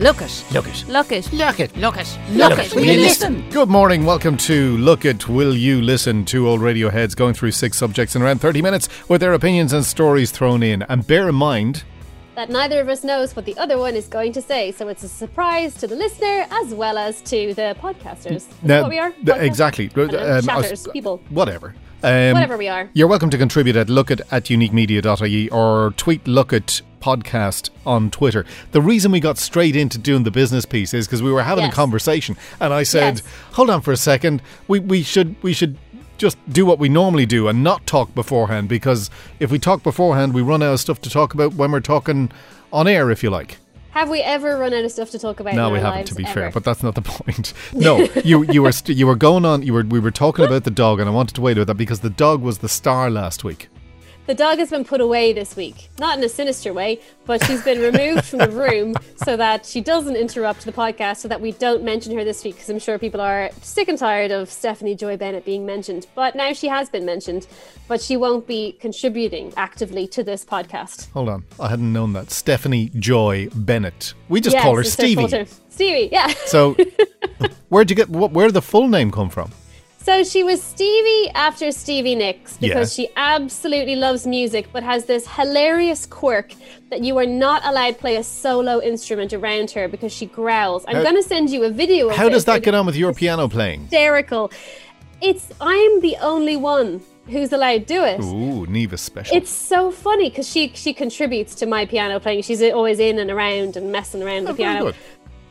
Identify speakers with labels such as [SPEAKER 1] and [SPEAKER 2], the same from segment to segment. [SPEAKER 1] Lucas.
[SPEAKER 2] Lucas.
[SPEAKER 1] Lucas.
[SPEAKER 2] Lucas.
[SPEAKER 1] Lucas.
[SPEAKER 2] Lucas.
[SPEAKER 1] Will you listen?
[SPEAKER 3] Good morning. Welcome to Look at Will You Listen? Two old Radioheads going through six subjects in around 30 minutes with their opinions and stories thrown in. And bear in mind,
[SPEAKER 4] that neither of us knows what the other one is going to say. So it's a surprise to the listener as well as to the podcasters. That's
[SPEAKER 3] Now-
[SPEAKER 4] what we are.
[SPEAKER 3] th-
[SPEAKER 4] Podcasters.
[SPEAKER 3] exactly.
[SPEAKER 4] I don't know,
[SPEAKER 3] Um, I was-
[SPEAKER 4] chatters, people.
[SPEAKER 3] whatever. Um,
[SPEAKER 4] Whatever we are.
[SPEAKER 3] You're welcome to contribute at lookit at uniquemedia.ie E or tweet lookit podcast on Twitter. The reason we got straight into doing the business piece is because we were having
[SPEAKER 4] Yes.
[SPEAKER 3] a conversation and I said,
[SPEAKER 4] Yes.
[SPEAKER 3] hold on for a second, we, we should we should just do what we normally do and not talk beforehand because if we talk beforehand we run out of stuff to talk about when we're talking on air if you like.
[SPEAKER 4] Have we ever run out of stuff to talk about?
[SPEAKER 3] No,
[SPEAKER 4] in
[SPEAKER 3] we
[SPEAKER 4] our
[SPEAKER 3] haven't.
[SPEAKER 4] lives
[SPEAKER 3] To be
[SPEAKER 4] ever?
[SPEAKER 3] fair, but that's not the point. No, you you were st- you were going on. You were we were talking about the dog, and I wanted to wait with that because the dog was the star last week.
[SPEAKER 4] the dog has been put away this week. Not in a sinister way, but she's been removed from the room so that she doesn't interrupt the podcast, so that we don't mention her this week, because I'm sure people are sick and tired of Stephanie Joy Bennett being mentioned. But now she has been mentioned, but she won't be contributing actively to this podcast.
[SPEAKER 3] Hold on, I hadn't known that. Stephanie Joy Bennett. We just call her
[SPEAKER 4] it's their
[SPEAKER 3] Stevie.
[SPEAKER 4] full term. Stevie, yeah.
[SPEAKER 3] So, where'd you get wh- where did the full name come from?
[SPEAKER 4] So she was Stevie after Stevie Nicks because
[SPEAKER 3] Yeah.
[SPEAKER 4] she absolutely loves music, but has this hilarious quirk that you are not allowed to play a solo instrument around her because she growls. I'm
[SPEAKER 3] How-
[SPEAKER 4] going to send you a video. Of
[SPEAKER 3] How
[SPEAKER 4] it.
[SPEAKER 3] does that
[SPEAKER 4] It's
[SPEAKER 3] get on with your piano playing?
[SPEAKER 4] Hysterical. It's I'm the only one who's allowed to do it.
[SPEAKER 3] Ooh, Neva's special.
[SPEAKER 4] It's so funny because she she contributes to my piano playing. She's always in and around and messing around with the
[SPEAKER 3] Oh, very
[SPEAKER 4] piano.
[SPEAKER 3] good.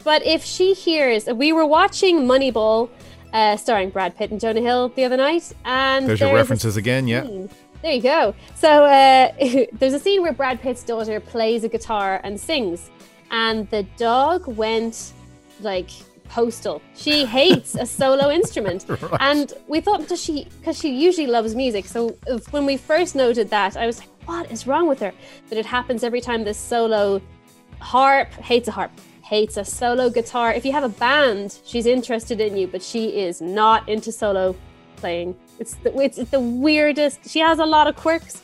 [SPEAKER 4] But if she hears, we were watching Moneyball, uh, starring Brad Pitt and Jonah Hill the other night, and
[SPEAKER 3] There's your
[SPEAKER 4] there is a
[SPEAKER 3] references again. Yeah.
[SPEAKER 4] scene- There you go. So uh, there's a scene where Brad Pitt's daughter plays a guitar and sings, and the dog went like postal. She hates a solo instrument, and we thought does she because she usually loves music. So if- when we first noted that, I was like, what is wrong with her? But it happens every time this solo harp hates a harp hates a solo guitar if you have a band she's interested in you but she is not into solo playing it's the, it's, it's the weirdest she has a lot of quirks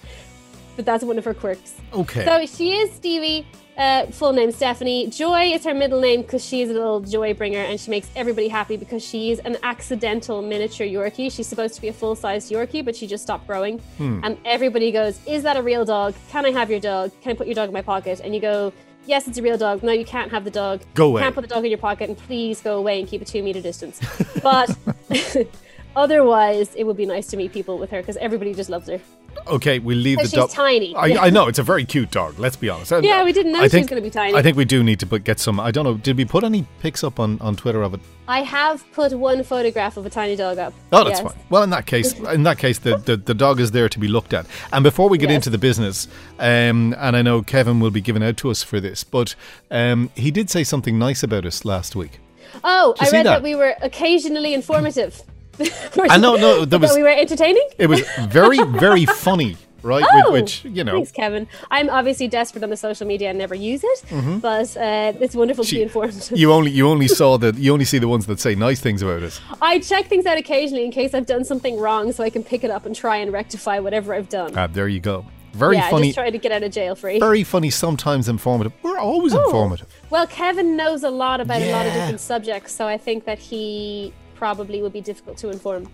[SPEAKER 4] but that's one of her quirks
[SPEAKER 3] Okay.
[SPEAKER 4] so she is stevie uh, full name Stephanie. Joy is her middle name because she is a little joy bringer and she makes everybody happy because she is an accidental miniature Yorkie. She's supposed to be a full sized Yorkie, but she just stopped growing.
[SPEAKER 3] Hmm.
[SPEAKER 4] And everybody goes, Is that a real dog? Can I have your dog? Can I put your dog in my pocket? And you go, Yes, it's a real dog. No, you can't have the dog.
[SPEAKER 3] Go away.
[SPEAKER 4] Can't put the dog in your pocket and please go away and keep a two meter distance. But otherwise, it would be nice to meet people with her because everybody just loves her.
[SPEAKER 3] Okay, we leave the
[SPEAKER 4] But she's
[SPEAKER 3] dog.
[SPEAKER 4] tiny.
[SPEAKER 3] I, I know it's a very cute dog. Let's be honest. I-
[SPEAKER 4] Yeah, we didn't know
[SPEAKER 3] I
[SPEAKER 4] she
[SPEAKER 3] think-
[SPEAKER 4] was gonna be tiny.
[SPEAKER 3] I think we do need to put, get some. I don't know. Did we put any pics up on, on Twitter of it?
[SPEAKER 4] I have put one photograph of a tiny dog up.
[SPEAKER 3] Oh, that's
[SPEAKER 4] Yes.
[SPEAKER 3] fine. Well, in that case, in that case, the, the, the dog is there to be looked at. And before we get
[SPEAKER 4] Yes.
[SPEAKER 3] into the business, um, and I know Kevin will be given out to us for this, but um, he did say something nice about us last week.
[SPEAKER 4] Oh, I
[SPEAKER 3] you see
[SPEAKER 4] read that?
[SPEAKER 3] that?
[SPEAKER 4] we were occasionally informative.
[SPEAKER 3] I know, no, there
[SPEAKER 4] that
[SPEAKER 3] was-
[SPEAKER 4] we were entertaining.
[SPEAKER 3] It was very, very funny, right?
[SPEAKER 4] Oh,
[SPEAKER 3] which, which, you know,
[SPEAKER 4] Thanks, Kevin. I'm obviously desperate on the social media and never use it, but uh, it's wonderful to
[SPEAKER 3] Mm-hmm. She-
[SPEAKER 4] be informed.
[SPEAKER 3] you only you only saw the you only see the ones that say nice things about us.
[SPEAKER 4] I check things out occasionally in case I've done something wrong, so I can pick it up and try and rectify whatever I've done.
[SPEAKER 3] Ah, there you go. Very
[SPEAKER 4] yeah,
[SPEAKER 3] funny.
[SPEAKER 4] just trying to get out of jail free.
[SPEAKER 3] very funny, sometimes informative. We're always
[SPEAKER 4] Oh.
[SPEAKER 3] informative.
[SPEAKER 4] Well, Kevin knows a lot about a lot of
[SPEAKER 3] Yeah.
[SPEAKER 4] different subjects, so I think that he probably would be difficult to inform.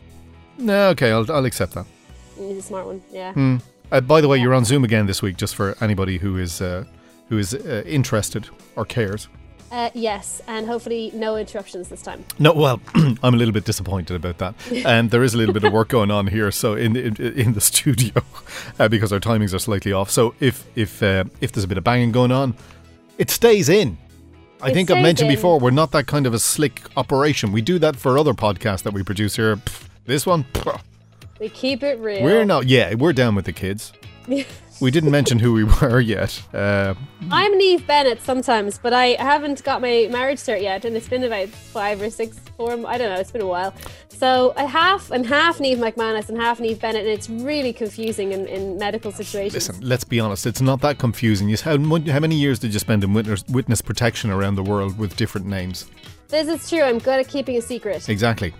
[SPEAKER 3] No, okay, I'll, I'll accept that.
[SPEAKER 4] He's a smart one. Yeah.
[SPEAKER 3] Uh, by the way, you're on Zoom again this week, just for anybody who is uh, who is uh, interested or cares.
[SPEAKER 4] Uh, yes, and hopefully no interruptions this time.
[SPEAKER 3] No, well, I'm a little bit disappointed about that, and there is a little bit of work going on here. So in in, in the studio, uh, because our timings are slightly off. So if if uh, if there's a bit of banging going on, it stays in. I
[SPEAKER 4] It
[SPEAKER 3] think I've
[SPEAKER 4] stays
[SPEAKER 3] mentioned
[SPEAKER 4] in.
[SPEAKER 3] before we're not that kind of a slick operation. We do that for other podcasts that we produce here. Pff, this one, pff,
[SPEAKER 4] We keep it real.
[SPEAKER 3] we're not. Yeah, we're down with the kids. We didn't mention who we were yet. Uh,
[SPEAKER 4] I'm Neve Bennett sometimes, but I haven't got my marriage cert yet, and it's been about five or six, four, I don't know, it's been a while. So I half, I'm half Neve McManus and half Neve Bennett, and it's really confusing in, in medical situations.
[SPEAKER 3] Listen, let's be honest. It's not that confusing. You s- How, mon- how many years did you spend in witness, witness protection around the world with different names?
[SPEAKER 4] This is true, I'm good at keeping a secret.
[SPEAKER 3] Exactly.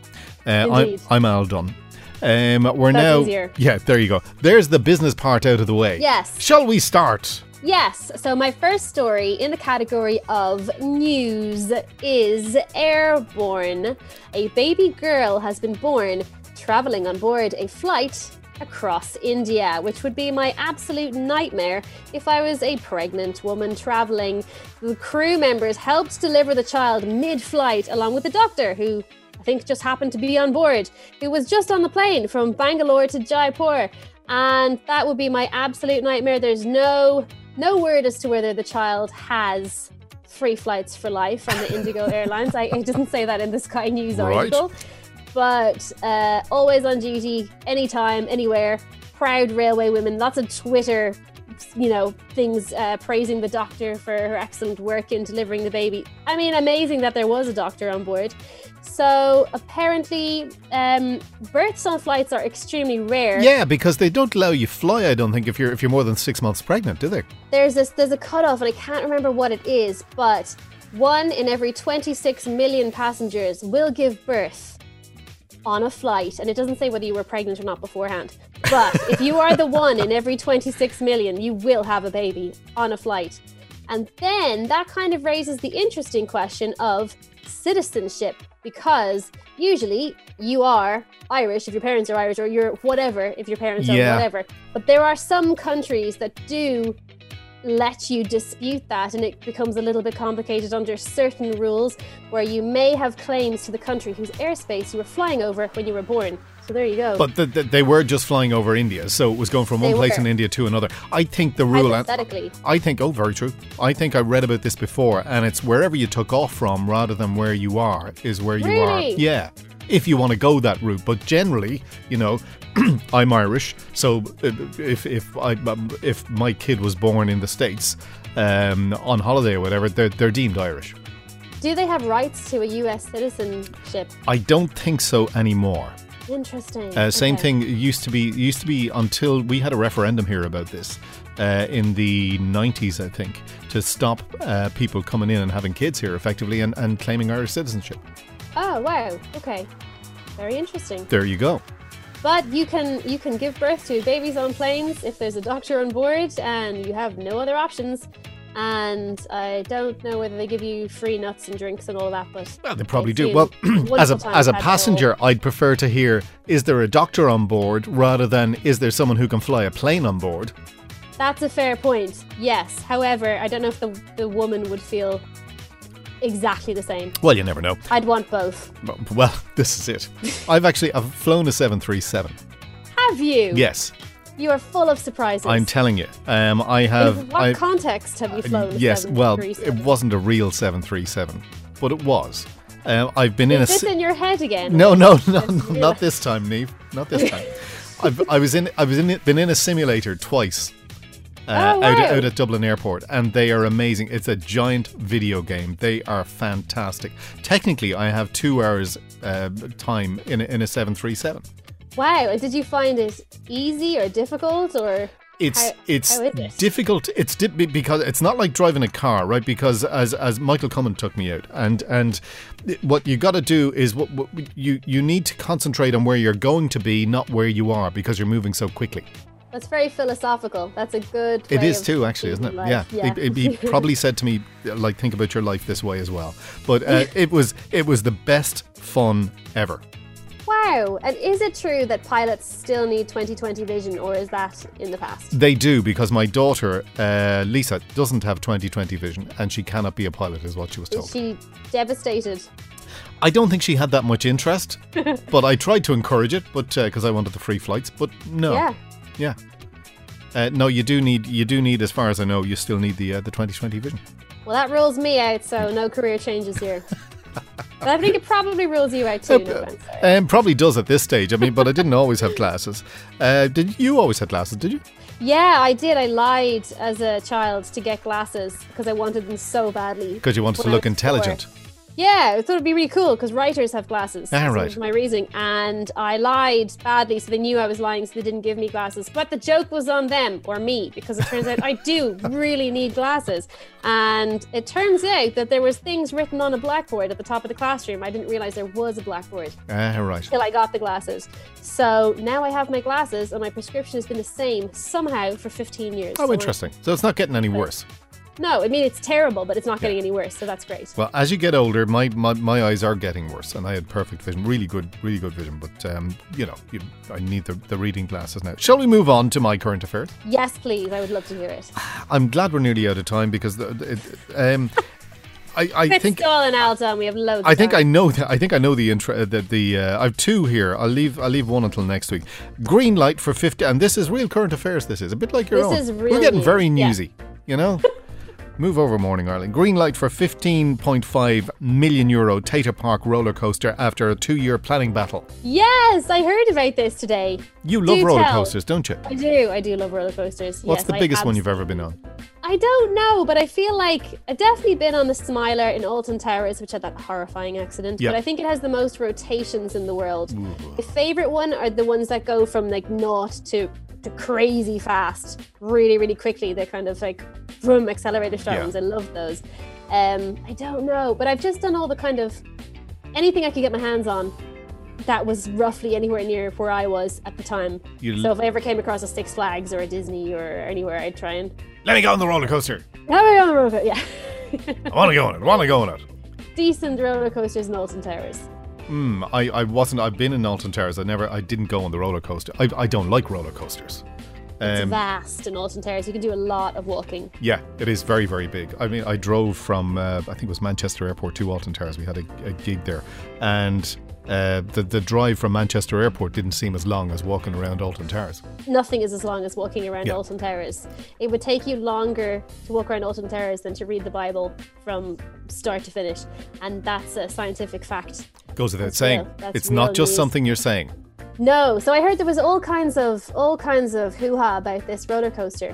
[SPEAKER 3] Uh, I,
[SPEAKER 4] Indeed.
[SPEAKER 3] I'm Al Dunn. Um, we're
[SPEAKER 4] That's
[SPEAKER 3] now.
[SPEAKER 4] easier.
[SPEAKER 3] Yeah, there you go. There's the business part out of the way.
[SPEAKER 4] Yes.
[SPEAKER 3] Shall we start?
[SPEAKER 4] Yes. So my first story in the category of news is Airborne. A baby girl has been born traveling on board a flight across India, which would be my absolute nightmare if I was a pregnant woman traveling. The crew members helped deliver the child mid flight along with the doctor who I think just happened to be on board, who was just on the plane from Bangalore to Jaipur. And that would be my absolute nightmare. There's no no word as to whether the child has free flights for life from the Indigo Airlines. I, I didn't say that in the Sky News
[SPEAKER 3] Right.
[SPEAKER 4] article. But uh, always on duty, anytime, anywhere. Proud railway women, lots of Twitter, you know, things uh, praising the doctor for her excellent work in delivering the baby. I mean, amazing that there was a doctor on board. So apparently, um, births on flights are extremely rare.
[SPEAKER 3] Yeah, because they don't allow you fly. I don't think if you're if you're more than six months pregnant, do they?
[SPEAKER 4] there's this there's a cutoff and I can't remember what it is, but one in every 26 million passengers will give birth on a flight, and it doesn't say whether you were pregnant or not beforehand. But if you are the one in every 26 million, you will have a baby on a flight. And then that kind of raises the interesting question of citizenship because usually you are Irish if your parents are Irish or you're whatever if your parents
[SPEAKER 3] Yeah.
[SPEAKER 4] are whatever. But there are some countries that do let you dispute that and it becomes a little bit complicated under certain rules where you may have claims to the country whose airspace you were flying over when you were born. So there you go.
[SPEAKER 3] But th th they were just flying over India, so it was going from one
[SPEAKER 4] They
[SPEAKER 3] place in
[SPEAKER 4] were.
[SPEAKER 3] India to another. I think the rule.
[SPEAKER 4] Hypothetically.
[SPEAKER 3] I think oh, very true. I think I read about this before, and it's wherever you took off from, rather than where you are, is where you are.
[SPEAKER 4] Really?
[SPEAKER 3] Yeah, if you want to go that route. But generally, you know, I'm Irish, so uh, if if I um, if my kid was born in the states um, on holiday or whatever, they're they're deemed Irish.
[SPEAKER 4] do they have rights to a US citizenship?
[SPEAKER 3] I don't think so anymore.
[SPEAKER 4] Interesting.
[SPEAKER 3] Uh, same
[SPEAKER 4] Okay.
[SPEAKER 3] thing used to be used to be until we had a referendum here about this uh, in the 90s, I think, to stop uh, people coming in and having kids here effectively and, and claiming Irish citizenship.
[SPEAKER 4] Oh wow. Okay. Very interesting.
[SPEAKER 3] There you go.
[SPEAKER 4] But you can you can give birth to babies on planes if there's a doctor on board and you have no other options. And I don't know whether they give you free nuts and drinks and all that, but
[SPEAKER 3] Well, they probably
[SPEAKER 4] I
[SPEAKER 3] do.
[SPEAKER 4] assume
[SPEAKER 3] Well, as
[SPEAKER 4] wonderful
[SPEAKER 3] a
[SPEAKER 4] time
[SPEAKER 3] as a
[SPEAKER 4] had for all.
[SPEAKER 3] passenger, I'd prefer to hear is there a doctor on board rather than is there someone who can fly a plane on board?
[SPEAKER 4] That's a fair point. Yes. However, I don't know if the the woman would feel exactly the same.
[SPEAKER 3] Well, you never know.
[SPEAKER 4] I'd want both.
[SPEAKER 3] But- Well, this is it. I've actually I've flown a 737.
[SPEAKER 4] Have you?
[SPEAKER 3] Yes,
[SPEAKER 4] You are full of surprises.
[SPEAKER 3] I'm telling you. Um, I
[SPEAKER 4] In
[SPEAKER 3] have.
[SPEAKER 4] what
[SPEAKER 3] I- uh,
[SPEAKER 4] context have you flown? a
[SPEAKER 3] Yes, well,
[SPEAKER 4] 737?
[SPEAKER 3] it wasn't a real 737, but it was. Um, I've been in a.
[SPEAKER 4] Is this
[SPEAKER 3] si-
[SPEAKER 4] in your head again?
[SPEAKER 3] no, no, no,
[SPEAKER 4] This
[SPEAKER 3] no,
[SPEAKER 4] real-
[SPEAKER 3] not this time, Neve. Not this time. I've, I was in. I was in. Been in a simulator twice. Uh,
[SPEAKER 4] Oh,
[SPEAKER 3] out,
[SPEAKER 4] wow.
[SPEAKER 3] out at Dublin Airport, and they are amazing. It's a giant video game. They are fantastic. Technically, I have two hours uh, time in a, in a seven three seven.
[SPEAKER 4] Wow. Did you find it easy or difficult or?
[SPEAKER 3] it's
[SPEAKER 4] How-
[SPEAKER 3] it's
[SPEAKER 4] how is it?
[SPEAKER 3] difficult. It's di- be- because it's not like driving a car, right? Because as as Michael Cummin took me out, and and what you got to do is what, what you you need to concentrate on where you're going to be, not where you are, because you're moving so quickly.
[SPEAKER 4] That's very philosophical. That's a good.
[SPEAKER 3] It
[SPEAKER 4] way
[SPEAKER 3] is
[SPEAKER 4] of
[SPEAKER 3] too, actually, isn't it?
[SPEAKER 4] thinking
[SPEAKER 3] Yeah.
[SPEAKER 4] life. Yeah.
[SPEAKER 3] He, he- he probably said to me, like, think about your life this way as well. But uh, it was it was the best fun ever.
[SPEAKER 4] wow. And is it true that pilots still need 20/20 vision, or is that in the past?
[SPEAKER 3] They do because my daughter uh, Lisa doesn't have 20/20 vision, and she cannot be a pilot, is what she was told.
[SPEAKER 4] Is she devastated?
[SPEAKER 3] I don't think she had that much interest, but I tried to encourage it, but because I wanted the free flights, but no,
[SPEAKER 4] Yeah.
[SPEAKER 3] Yeah. Uh, no, you do need you do need, as far as I know, you still need the uh, the 2020 vision.
[SPEAKER 4] Well, that rules me out, so no career changes here. but I think it probably rules you out too. No offense.
[SPEAKER 3] Um, probably does at this stage. I mean, but I didn't always have glasses. Uh, did you always had glasses? Did you?
[SPEAKER 4] Yeah, I did. I lied as a child to get glasses because I wanted them so badly.
[SPEAKER 3] Because you wanted
[SPEAKER 4] when
[SPEAKER 3] to
[SPEAKER 4] I
[SPEAKER 3] look
[SPEAKER 4] was
[SPEAKER 3] intelligent.
[SPEAKER 4] four. Yeah, I thought it'd be really cool because writers have glasses.
[SPEAKER 3] Ah,
[SPEAKER 4] so
[SPEAKER 3] right.
[SPEAKER 4] That was my reasoning. And I lied badly, so they knew I was lying, so they didn't give me glasses. But the joke was on them or me because it turns out I do really need glasses. And it turns out that there was things written on a blackboard at the top of the classroom. I didn't realize there was a blackboard
[SPEAKER 3] Ah, right.
[SPEAKER 4] till I got the glasses. So now I have my glasses, and my prescription has been the same somehow for 15 years. So
[SPEAKER 3] Oh,
[SPEAKER 4] I'm-
[SPEAKER 3] interesting. So it's not getting any worse.
[SPEAKER 4] No, I mean, it's terrible, but it's not getting any worse, so that's great.
[SPEAKER 3] Well, as you get older, my, my, my eyes are getting worse, and I had perfect vision, really good, really good vision. But um, you know, you, I need the, the reading glasses now. Shall we move on to my current affairs?
[SPEAKER 4] Yes, please. I would love to hear it.
[SPEAKER 3] I'm glad we're nearly out of time because the, it, um, I, I
[SPEAKER 4] It's
[SPEAKER 3] think
[SPEAKER 4] all in Alton. We have loads.
[SPEAKER 3] I think I
[SPEAKER 4] going.
[SPEAKER 3] know that I think I know the intro that the uh, I've two here. I'll leave I'll leave one until next week. Green light for fifty, and this is real current affairs. This is a bit like your
[SPEAKER 4] This
[SPEAKER 3] own.
[SPEAKER 4] is
[SPEAKER 3] We're
[SPEAKER 4] real
[SPEAKER 3] getting
[SPEAKER 4] news,
[SPEAKER 3] very
[SPEAKER 4] yeah.
[SPEAKER 3] newsy, you know. Move over, Morning Ireland. Green light for 15.5 million euro Tater Park roller coaster after a two-year planning battle.
[SPEAKER 4] Yes, I heard about this today.
[SPEAKER 3] You love
[SPEAKER 4] Do
[SPEAKER 3] roller
[SPEAKER 4] tell.
[SPEAKER 3] coasters, don't you?
[SPEAKER 4] I do. I do love roller coasters.
[SPEAKER 3] What's
[SPEAKER 4] Yes,
[SPEAKER 3] the
[SPEAKER 4] I
[SPEAKER 3] biggest one you've
[SPEAKER 4] abs-
[SPEAKER 3] ever been on?
[SPEAKER 4] I don't know, but I feel like I've definitely been on the Smiler in Alton Towers, which had that horrifying accident.
[SPEAKER 3] Yeah.
[SPEAKER 4] But I think it has the most rotations in the world. My favorite one are the ones that go from like naught to to crazy fast, really, really quickly. They're kind of like vroom accelerator start
[SPEAKER 3] Yeah.
[SPEAKER 4] ones. I love those. Um, I don't know, but I've just done all the kind of anything I could get my hands on that was roughly anywhere near where I was at the time.
[SPEAKER 3] You-
[SPEAKER 4] so if I ever came across a Six Flags or a Disney or anywhere, I'd try and.
[SPEAKER 3] Let me go on the roller coaster.
[SPEAKER 4] How are you on the roller coaster? Yeah.
[SPEAKER 3] I want to go on it. I want to go on it.
[SPEAKER 4] Decent roller coasters in Alton Towers.
[SPEAKER 3] Hmm. I, I wasn't. I've been in Alton Towers. I never. I didn't go on the roller coaster. I, I don't like roller coasters.
[SPEAKER 4] It's
[SPEAKER 3] Um,
[SPEAKER 4] vast in Alton Towers. You can do a lot of walking.
[SPEAKER 3] yeah, it is very very big. I mean, I drove from uh, I think it was Manchester Airport to Alton Towers. We had a, a gig there, and uh, the the drive from Manchester Airport didn't seem as long as walking around Alton Towers.
[SPEAKER 4] Nothing is as long as walking around
[SPEAKER 3] Yeah.
[SPEAKER 4] Alton Towers. It would take you longer to walk around Alton Towers than to read the Bible from start to finish. And that's a scientific fact.
[SPEAKER 3] Goes without
[SPEAKER 4] That's
[SPEAKER 3] saying.
[SPEAKER 4] real. That's
[SPEAKER 3] It's not
[SPEAKER 4] real
[SPEAKER 3] just
[SPEAKER 4] news.
[SPEAKER 3] something you're saying.
[SPEAKER 4] No, so I heard there was all kinds of all kinds of hoo ha about this roller coaster.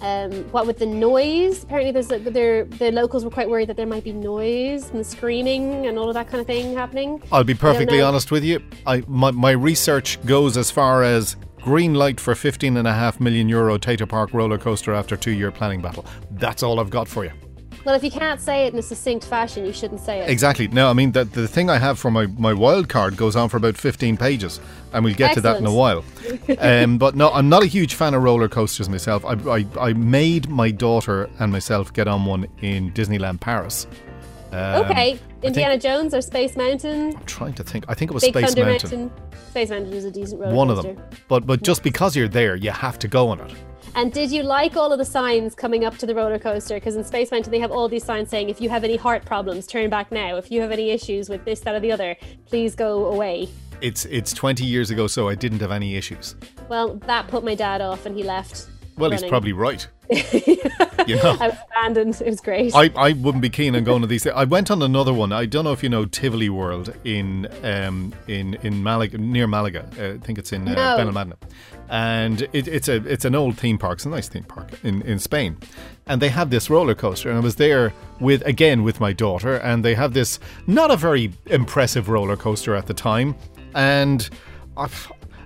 [SPEAKER 4] Um, what with the noise? Apparently, there's a- there the locals were quite worried that there might be noise and screaming and all of that kind of thing happening.
[SPEAKER 3] I'll be perfectly
[SPEAKER 4] know.
[SPEAKER 3] honest with you. I my, my research goes as far as green light for 15 and a half million euro Tater Park roller coaster after two year planning battle. That's all I've got for you.
[SPEAKER 4] Well, if you can't say it in a succinct fashion, you shouldn't say it.
[SPEAKER 3] Exactly. No, I mean that the thing I have for my my wild card goes on for about fifteen pages, and we'll get to that in a while. um, but no, I'm not a huge fan of roller coasters myself. I, I I made my daughter and myself get on one in Disneyland Paris. Um,
[SPEAKER 4] okay, Indiana
[SPEAKER 3] I think,
[SPEAKER 4] Jones or Space Mountain,
[SPEAKER 3] I'm trying to think. I think it was
[SPEAKER 4] Big
[SPEAKER 3] Space
[SPEAKER 4] Thunder
[SPEAKER 3] Mountain.
[SPEAKER 4] Mountain. Space Mountain is a decent roller
[SPEAKER 3] One of
[SPEAKER 4] coaster.
[SPEAKER 3] them. But but just because you're there, you have to go on it.
[SPEAKER 4] And did you like all of the signs coming up to the roller coaster? Because in Space Mountain, they have all these signs saying, if you have any heart problems, turn back now. If you have any issues with this, that, or the other, please go away.
[SPEAKER 3] It's it's 20 years ago, so I didn't have any issues.
[SPEAKER 4] Well, that put my dad off and he left.
[SPEAKER 3] Well, he's
[SPEAKER 4] running.
[SPEAKER 3] probably right. you know.
[SPEAKER 4] I was abandoned. It was great.
[SPEAKER 3] I, I wouldn't be keen on going to these. I went on another one. I don't know if you know Tivoli World in um, in in Malaga near Malaga. Uh, I think it's in uh,
[SPEAKER 4] No.
[SPEAKER 3] Benalmádena, and it, it's a it's an old theme park. It's a nice theme park in in Spain, and they have this roller coaster. And I was there with again with my daughter, and they have this not a very impressive roller coaster at the time, and. i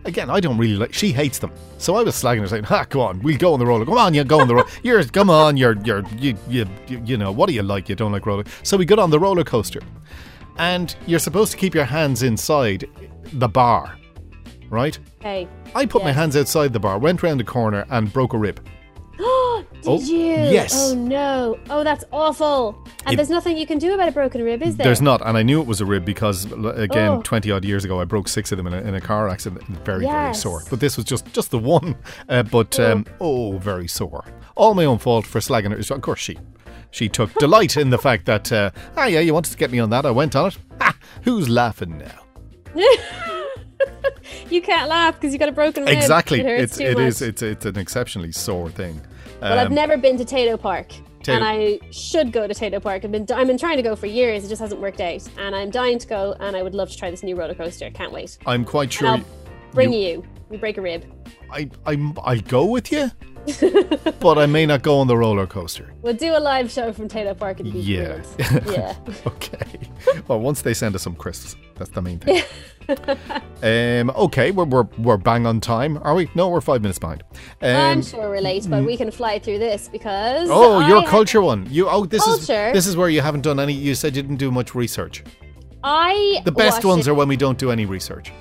[SPEAKER 3] Again, I don't really like. She hates them, so I was slagging her, saying, "Ha, go on, we'll go on the roller. Come on, you go on the roller. You're, come on, you're, you're, you, you, you, you know, what do you like? You don't like roller." So we got on the roller coaster, and you're supposed to keep your hands inside the bar, right?
[SPEAKER 4] okay.
[SPEAKER 3] I put my
[SPEAKER 4] Yeah.
[SPEAKER 3] hands outside the bar, went round the corner, and broke a rib.
[SPEAKER 4] Did
[SPEAKER 3] Oh,
[SPEAKER 4] you?
[SPEAKER 3] yes.
[SPEAKER 4] Oh, no. Oh, that's awful. And
[SPEAKER 3] It-
[SPEAKER 4] there's nothing you can do about a broken rib, is there?
[SPEAKER 3] There's not, and I knew it was a rib because, l- again,
[SPEAKER 4] Oh.
[SPEAKER 3] twenty odd years ago, I broke six of them in a, in a car accident. Very, very
[SPEAKER 4] Yes.
[SPEAKER 3] sore. But this was just just the one. Uh, but um, oh, very sore. All my own fault for slagging her. Of course, she she took delight in the fact that uh, ah yeah, you wanted to get me on that. I went on it. Ha! Who's laughing now?
[SPEAKER 4] You can't laugh because you got a broken rib.
[SPEAKER 3] exactly.
[SPEAKER 4] It hurts
[SPEAKER 3] It's
[SPEAKER 4] too
[SPEAKER 3] it
[SPEAKER 4] much.
[SPEAKER 3] is it's it's an exceptionally sore thing. Um,
[SPEAKER 4] Well, I've never been to Tato Park,
[SPEAKER 3] Tato-
[SPEAKER 4] and I should go to Tato Park. I've been I've been trying to go for years. It just hasn't worked out, and I'm dying to go. And I would love to try this new roller coaster. Can't wait.
[SPEAKER 3] I'm quite sure.
[SPEAKER 4] And I'll bring you. We break a rib.
[SPEAKER 3] I I I go with you. but I may not go on the roller coaster.
[SPEAKER 4] We'll do a live show from Taylor Park in
[SPEAKER 3] Yeah.
[SPEAKER 4] Beach Yeah.
[SPEAKER 3] Okay. Well, once they send us some crisps, that's the main thing. um, okay, we're, we're, we're bang on time, are we? No, we're five minutes behind.
[SPEAKER 4] I'm
[SPEAKER 3] Um,
[SPEAKER 4] sure we're late, but we can fly through this because
[SPEAKER 3] oh,
[SPEAKER 4] I
[SPEAKER 3] your
[SPEAKER 4] had-
[SPEAKER 3] culture one. You oh, this
[SPEAKER 4] Culture?
[SPEAKER 3] is this is where you haven't done any. You said you didn't do much research.
[SPEAKER 4] I
[SPEAKER 3] The best
[SPEAKER 4] watched
[SPEAKER 3] ones
[SPEAKER 4] it-
[SPEAKER 3] are when we don't do any research.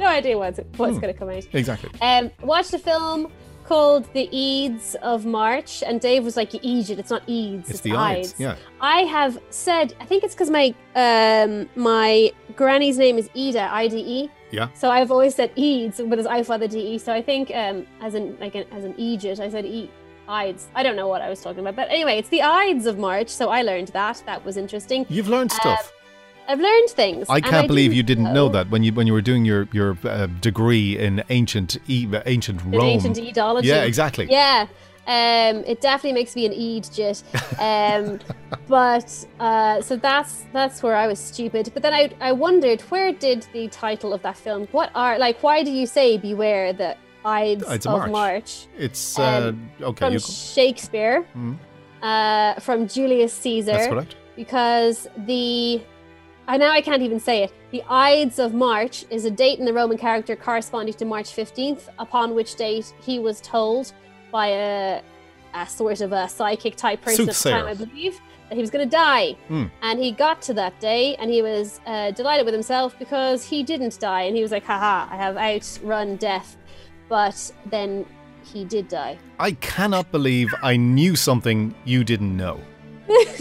[SPEAKER 4] no idea what's what's going to come out.
[SPEAKER 3] Hmm. Exactly.
[SPEAKER 4] Um, watched a film called The Eids of March, and Dave was like, "Egypt, it's not Eids, it's,
[SPEAKER 3] It's the eyes. Yeah.
[SPEAKER 4] I have said, I think it's because my um, my granny's name is Ida, I D E.
[SPEAKER 3] Yeah.
[SPEAKER 4] So I've always said Eids, but it's I father D E. So I think um, as an like an, as an Egypt, I said E. Ides. I don't know what I was talking about, but anyway, it's the Ides of March. So I learned that. That was interesting.
[SPEAKER 3] You've learned stuff.
[SPEAKER 4] I've learned things.
[SPEAKER 3] I
[SPEAKER 4] Um, and
[SPEAKER 3] can't believe you
[SPEAKER 4] didn't
[SPEAKER 3] didn't know. that when you when you were doing your your uh, degree in ancient e- ancient
[SPEAKER 4] In
[SPEAKER 3] Rome.
[SPEAKER 4] ancient Edology.
[SPEAKER 3] yeah, exactly.
[SPEAKER 4] Yeah. Um, it definitely makes me an Eid jit. Um, but uh, so that's that's where I was stupid. But then I, I wondered where did the title of that film? What are like? Why do you say beware the Ides,
[SPEAKER 3] Ides of
[SPEAKER 4] of
[SPEAKER 3] March.
[SPEAKER 4] March,
[SPEAKER 3] It's uh, okay.
[SPEAKER 4] um, from
[SPEAKER 3] You,
[SPEAKER 4] Shakespeare,
[SPEAKER 3] Mhm.
[SPEAKER 4] uh, from Julius Caesar?
[SPEAKER 3] that's correct.
[SPEAKER 4] because the I now I can't even say it. The Ides of March is a date in the Roman calendar corresponding to March 15th, upon which date he was told by a, a sort of a psychic type person at the
[SPEAKER 3] Soothsayer.
[SPEAKER 4] time, I believe, that he was going to die.
[SPEAKER 3] Hmm.
[SPEAKER 4] And he got to that day and he was uh, delighted with himself because he didn't die. And he was like, haha, I have outrun death. But then he did die.
[SPEAKER 3] I cannot believe I knew something you didn't know.